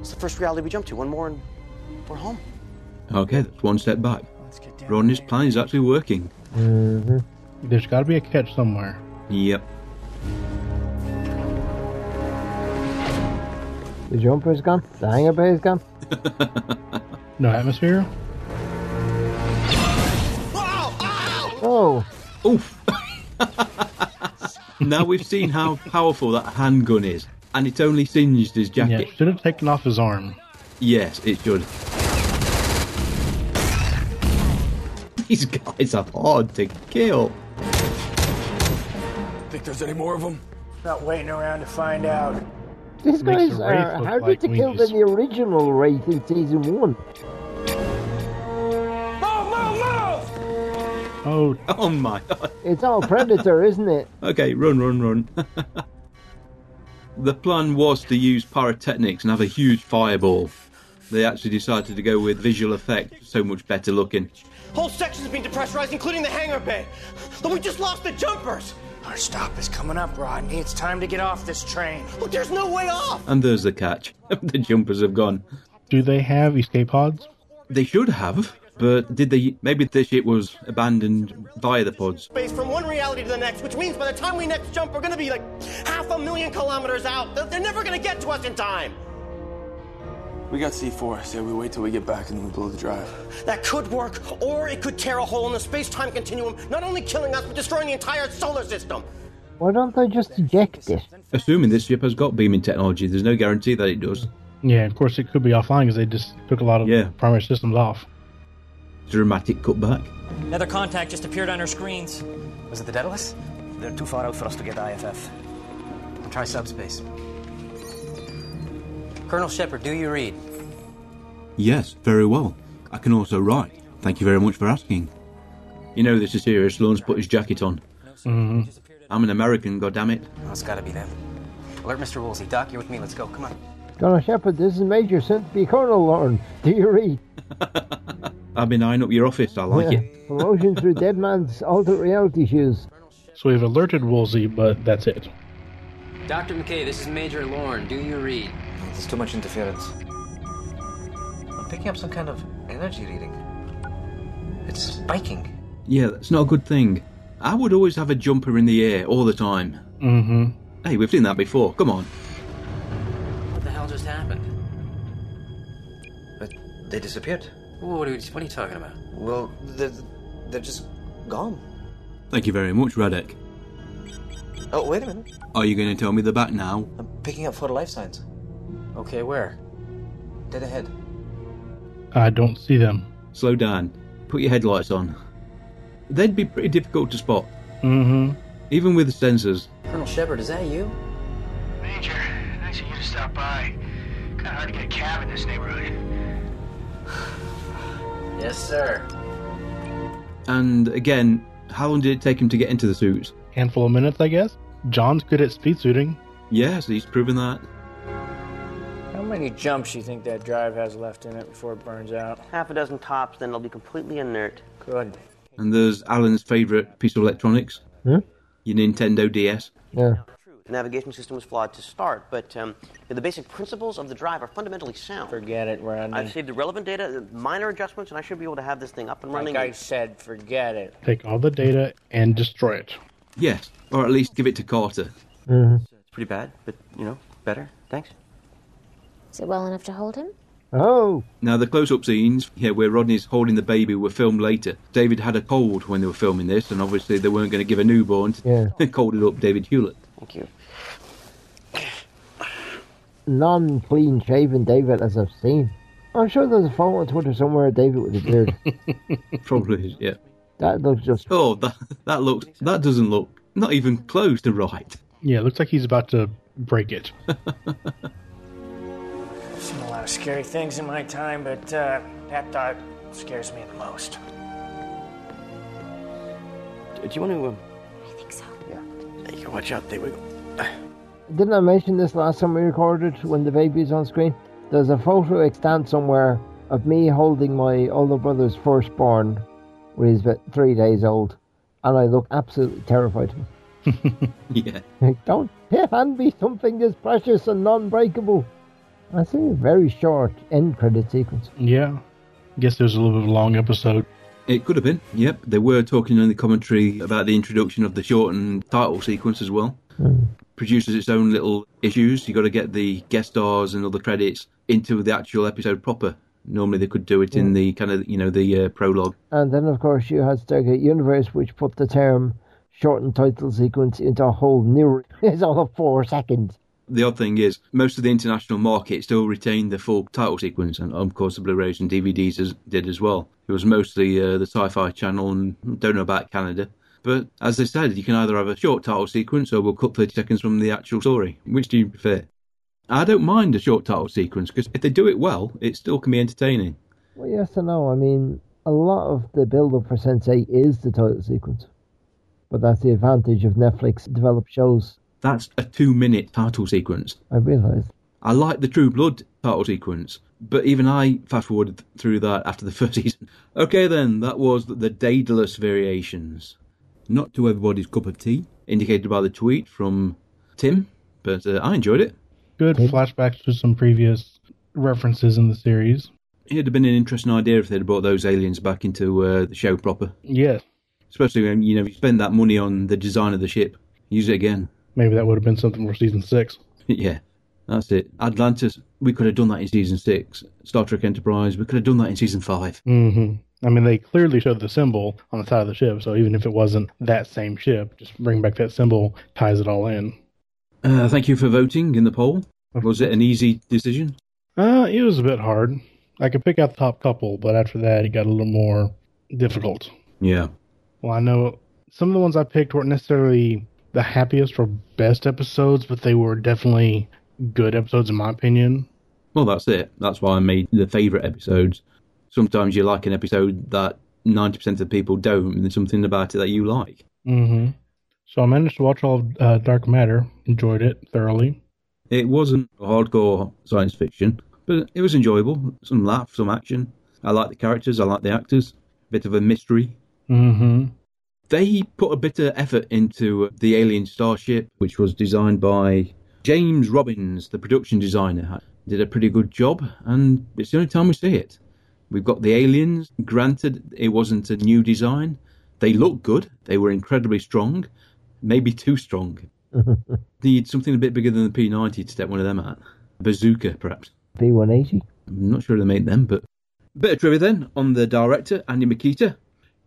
K: It's the first reality we jump to. One more and we're home.
D: Okay, that's one step back. Rodney's plan is actually working.
C: There's got to be a catch somewhere.
D: Yep.
B: The jumper's gone, the hangar bay's gone.
C: No atmosphere?
B: Oh,
D: Oof. now we've seen how powerful that handgun is, and it's only singed his
C: Yeah,
D: jacket.
C: should have taken off his arm.
D: Yes, it should. These guys are hard to kill.
M: Think there's any more of them?
I: Not waiting around to find out.
B: these guys
M: Makes the
B: are
M: Wraith look
B: harder
M: like
B: to kill than the original Wraith in season one.
C: Oh,
D: oh my god.
B: It's all Predator, isn't it?
D: Okay, run, run, run. the plan was to use pyrotechnics and have a huge fireball. They actually decided to go with visual effect, so much better looking.
J: Whole sections being depressurized, including the hangar bay. But we just lost the jumpers.
I: Our stop is coming up, Rodney. It's time to get off this train.
J: Look, there's no way off.
D: And there's the catch. the jumpers have gone.
C: Do they have escape pods?
D: They should have, but did they? Maybe this ship was abandoned via the pods.
J: Space from one reality to the next, which means by the time we next jump, we're gonna be like half a million kilometers out. They're, they're never gonna get to us in time.
M: We got C4. Say we wait till we get back and then we blow the drive.
J: That could work, or it could tear a hole in the space-time continuum, not only killing us but destroying the entire solar system.
B: Why don't they just eject it?
D: Assuming this ship has got beaming technology, there's no guarantee that it does.
C: Yeah, of course it could be offline because they just took a lot of
D: Yeah.
C: primary systems off.
D: Dramatic cutback.
L: Another contact just appeared on our screens.
I: Was it the Daedalus? They're too far out for us to get IFF.
L: Try subspace. Colonel Shepard, do you read?
E: Yes, very well. I can also write. Thank you very much for asking.
D: You know this is serious. Lawrence put his jacket on.
I: Mm-hmm.
D: I'm an American, goddammit.
L: Oh, it's gotta be them. Alert Mr. Woolsey. Doc, you're with me. Let's go. Come on.
B: Colonel Shepard, this is Major sent to be Colonel Lauren. Do you read?
D: I've been eyeing up your office.
M: Oh,
D: I like
B: Yeah.
D: it.
B: Promotion through Dead Man's Alternate Reality Shoes.
C: So we've alerted Woolsey, but that's it.
T: Dr. McKay, this is Major Lorne. Do you read?
I: There's too much interference. I'm picking up some kind of energy reading.
D: It's spiking. Yeah, that's not a good thing. I would always have a jumper in the air all the time.
C: Mm-hmm.
D: Hey, we've seen that before. Come on.
T: What the hell just happened?
O: They disappeared.
T: What are you, what are you talking about?
O: Well, they're, they're just gone.
E: Thank you very much, Radek.
O: Oh, wait a minute.
E: Are you going to tell me they're back now?
O: Picking up photo life signs.
T: Okay, where?
O: Dead ahead.
C: I don't see them.
D: Slow down. Put your headlights on. They'd be pretty difficult to spot,
C: Mm-hmm.
D: even with sensors.
T: Colonel Shepard, is that you?
O: Major,
T: Nice of you to stop by.
O: kinda hard to get a cab in this neighborhood.
T: Yes, sir.
D: And again, how long did it take him to get into the suit?
C: Handful of minutes, I guess. John's good at speed suiting.
D: Yes, he's proven that.
I: How many jumps you think that drive has left in it before it burns out?
K: Half a dozen tops, then it'll be completely inert.
I: Good.
D: And there's Alan's favourite piece of electronics.
B: Hmm?
D: Your Nintendo DS.
B: Yeah.
K: The navigation system was flawed to start, but um, the basic principles of the drive are fundamentally sound.
I: Forget it, Rodney.
K: I've saved the relevant data, uh, minor adjustments, and I should be able to have this thing up and running.
I: Like I said, forget it.
C: Take all the data and destroy it.
D: Yes, or at least give it to Carter.
K: It's pretty bad, but you know, better. Thanks.
N: Is it well enough to hold him?
B: Oh.
D: Now, the close up scenes here where Rodney's holding the baby were filmed later. David had a cold when they were filming this, and obviously they weren't going to give a newborn to colded up David Hewlett.
K: Thank you.
B: Non clean shaven David as I've seen. I'm sure there's a photo on Twitter somewhere of David with a beard.
D: Probably is, yeah.
B: that looks just.
D: Oh, that, that looks. That doesn't look. Not even close to right.
C: Yeah, it looks like he's about to break it.
I: I've seen a lot of scary things in my time, but uh, that thought scares me the most.
K: Do you want to? Um...
N: I think so.
K: Yeah. Thank you. Watch out. There we go.
B: Didn't I mention this last time we recorded when the baby's on screen? There's a photo extant somewhere of me holding my older brother's firstborn when he's about three days old, and I look absolutely terrified.
D: Yeah.
B: Like, Don't hand me something this precious and non breakable. I see a very short end credit sequence.
C: yeah. Guess it was a little bit of a long episode.
D: It could have been, yep. They were talking in the commentary about the introduction of the shortened title sequence as well. Produces its own little issues. you got to get the guest stars and other credits into the actual episode proper. Normally they could do it in the kind of, you know, the uh, prologue.
B: And then, of course, you had Stargate Universe, which put the term shortened title sequence into a whole new. It's all of four seconds.
D: The odd thing is, most of the international market still retained the full title sequence, and of course the Blu-rays and DVDs as, did as well. It was mostly uh, the Sci-Fi Channel, and don't know about Canada. But as they said, you can either have a short title sequence, or we'll cut 30 seconds from the actual story. Which do you prefer? I don't mind a short title sequence because if they do it well, it still can be entertaining.
B: Well, yes and no. I mean, a lot of the build up for Sensei is the title sequence. But that's the advantage of Netflix developed shows.
D: That's a two-minute title sequence.
B: I realise.
D: I like the True Blood title sequence, but even I fast forwarded through that after the first season. Okay, then, that was the Daedalus variations. Not to everybody's cup of tea, indicated by the tweet from Tim, but uh, I enjoyed it.
C: Good flashbacks to some previous references in the series.
D: It'd have been an interesting idea if they'd brought those aliens back into uh, the show proper,
C: Yes.
D: especially when you know you spend that money on the design of the ship. Use it again.
C: Maybe that would have been something for season six.
D: yeah, that's it. Atlantis, we could have done that in season six. Star Trek Enterprise, we could have done that in season five.
C: hmm I mean, they clearly showed the symbol on the side of the ship, so even if it wasn't that same ship, just bring back that symbol ties it all in.
D: Uh, thank you for voting in the poll. Was it an easy decision?
C: Uh, it was a bit hard. I could pick out the top couple, but after that, it got a little more difficult.
D: Yeah.
C: Well, I know some of the ones I picked weren't necessarily the happiest or best episodes, but they were definitely good episodes in my opinion.
D: Well, that's it. That's why I made the favourite episodes. Sometimes you like an episode that 90% of people don't, and there's something about it that you like.
C: Mm-hmm. So I managed to watch all of uh, Dark Matter, enjoyed it thoroughly.
D: It wasn't hardcore science fiction, but it was enjoyable. Some laugh, some action. I like the characters, I like the actors. Bit of a mystery.
C: Mm-hmm.
D: They put a bit of effort into the alien starship, which was designed by James Robbins, the production designer. Did a pretty good job, and it's the only time we see it. We've got the aliens. Granted, it wasn't a new design. They looked good. They were incredibly strong, maybe too strong. Need something a bit bigger than the P90 to take one of them out. Bazooka, perhaps.
B: B180.
D: I'm not sure they made them, but. Bit of trivia then on the director, Andy Makita.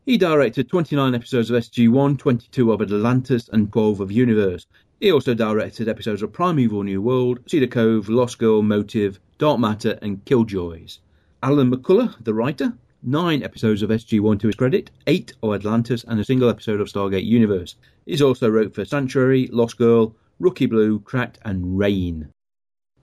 D: He directed 29 episodes of SG1, 22 of Atlantis, and 12 of Universe. He also directed episodes of Primeval New World, Cedar Cove, Lost Girl, Motive, Dark Matter, and Killjoys. Alan McCullough, the writer, nine episodes of SG1 to his credit, eight of Atlantis, and a single episode of Stargate Universe. He's also wrote for Sanctuary, Lost Girl, Rookie Blue, Cracked, and Rain.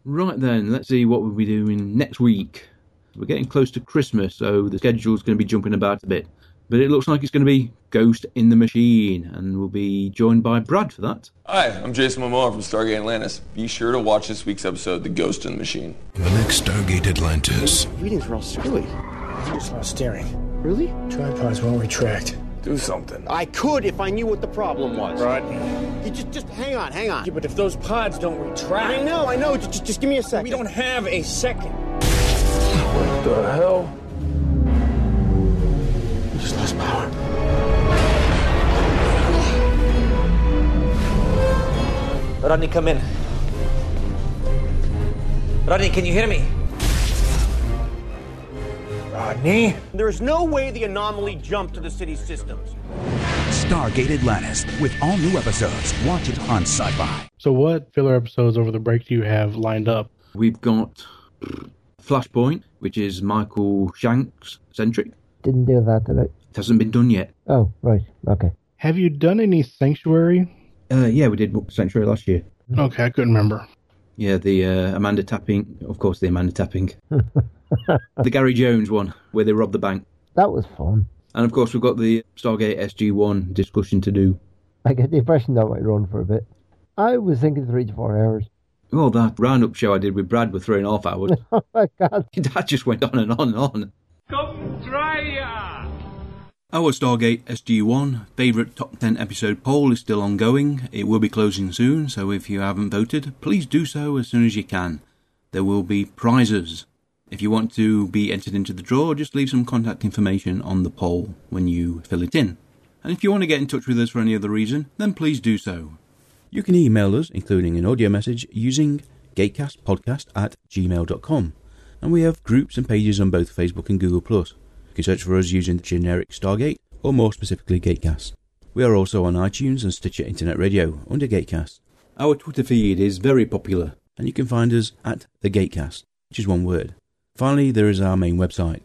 D: Right then, let's see what we'll be doing next week. We're getting close to Christmas, so the schedule's going to be jumping about a bit. But it looks like it's going to be Ghost in the Machine, and we'll be joined by Brad for that.
M: Hi, I'm Jason Momoa from Stargate Atlantis. Be sure to watch this week's episode, The Ghost in the Machine.
U: The next Stargate Atlantis.
K: Readings are all screwy.
I: There's no steering.
K: Really?
I: Tripods won't retract.
M: Do something.
K: I could if I knew what the problem was.
I: Rodney.
K: You just, just hang on, hang on.
I: Yeah, but if those pods don't retract.
K: I know, I know. Just, just give me a second.
I: We don't have a second.
M: What the hell?
K: You just lost power.
L: Rodney, come in. Rodney, can you hear me?
I: Rodney?
K: There is no way the anomaly jumped to the city systems.
U: Stargate Atlantis with all new episodes. Watch it on Sci Fi.
C: So, what filler episodes over the break do you have lined up?
D: We've got Flashpoint, which is Michael Shanks centric.
B: Didn't do that, did it?
D: It hasn't been done yet.
B: Oh, right. Okay.
C: Have you done any Sanctuary?
D: Uh, yeah, we did Sanctuary last year.
C: Okay, I couldn't remember.
D: Yeah, the uh, Amanda Tapping, of course, the Amanda Tapping. the Gary Jones one, where they robbed the bank.
B: That was fun.
D: And of course, we've got the Stargate SG1 discussion to do.
B: I get the impression that might run for a bit. I was thinking three to four hours.
D: Well, that roundup show I did with Brad was three and a half hours.
B: oh my god.
D: that just went on and on and on.
O: Come try ya!
E: Our Stargate SG1 favourite top 10 episode poll is still ongoing. It will be closing soon, so if you haven't voted, please do so as soon as you can. There will be prizes. If you want to be entered into the draw, just leave some contact information on the poll when you fill it in. And if you want to get in touch with us for any other reason, then please do so.
A: You can email us, including an audio message, using gatecastpodcast at gmail.com. And we have groups and pages on both Facebook and Google. Plus. You can search for us using the generic Stargate, or more specifically, Gatecast. We are also on iTunes and Stitcher Internet Radio under Gatecast.
E: Our Twitter feed is very popular.
A: And you can find us at The Gatecast, which is one word. Finally, there is our main website,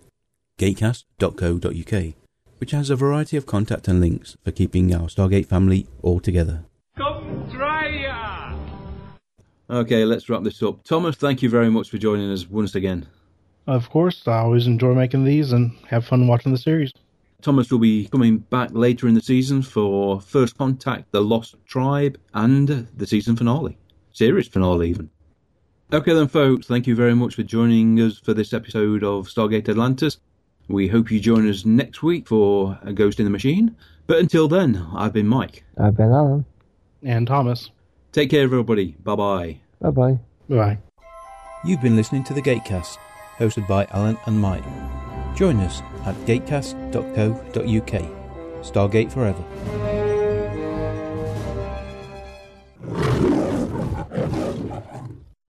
A: gatecast.co.uk, which has a variety of contact and links for keeping our Stargate family all together.
O: Come try ya!
D: Okay, let's wrap this up. Thomas, thank you very much for joining us once again.
C: Of course, I always enjoy making these and have fun watching the series.
D: Thomas will be coming back later in the season for First Contact, The Lost Tribe, and the season finale. Series finale, even. Okay, then, folks, thank you very much for joining us for this episode of Stargate Atlantis. We hope you join us next week for A Ghost in the Machine. But until then, I've been Mike.
B: I've been Alan.
C: And Thomas.
D: Take care, everybody. Bye bye.
B: Bye bye.
C: Bye.
A: You've been listening to The Gatecast, hosted by Alan and Mike. Join us at gatecast.co.uk. Stargate Forever.